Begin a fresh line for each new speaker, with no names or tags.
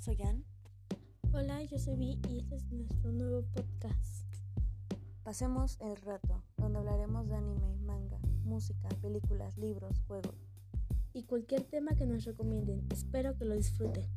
soy Ann.
Hola, yo soy Vi y este es nuestro nuevo podcast.
Pasemos el rato, donde hablaremos de anime, manga, música, películas, libros, juegos.
Y cualquier tema que nos recomienden, espero que lo disfruten.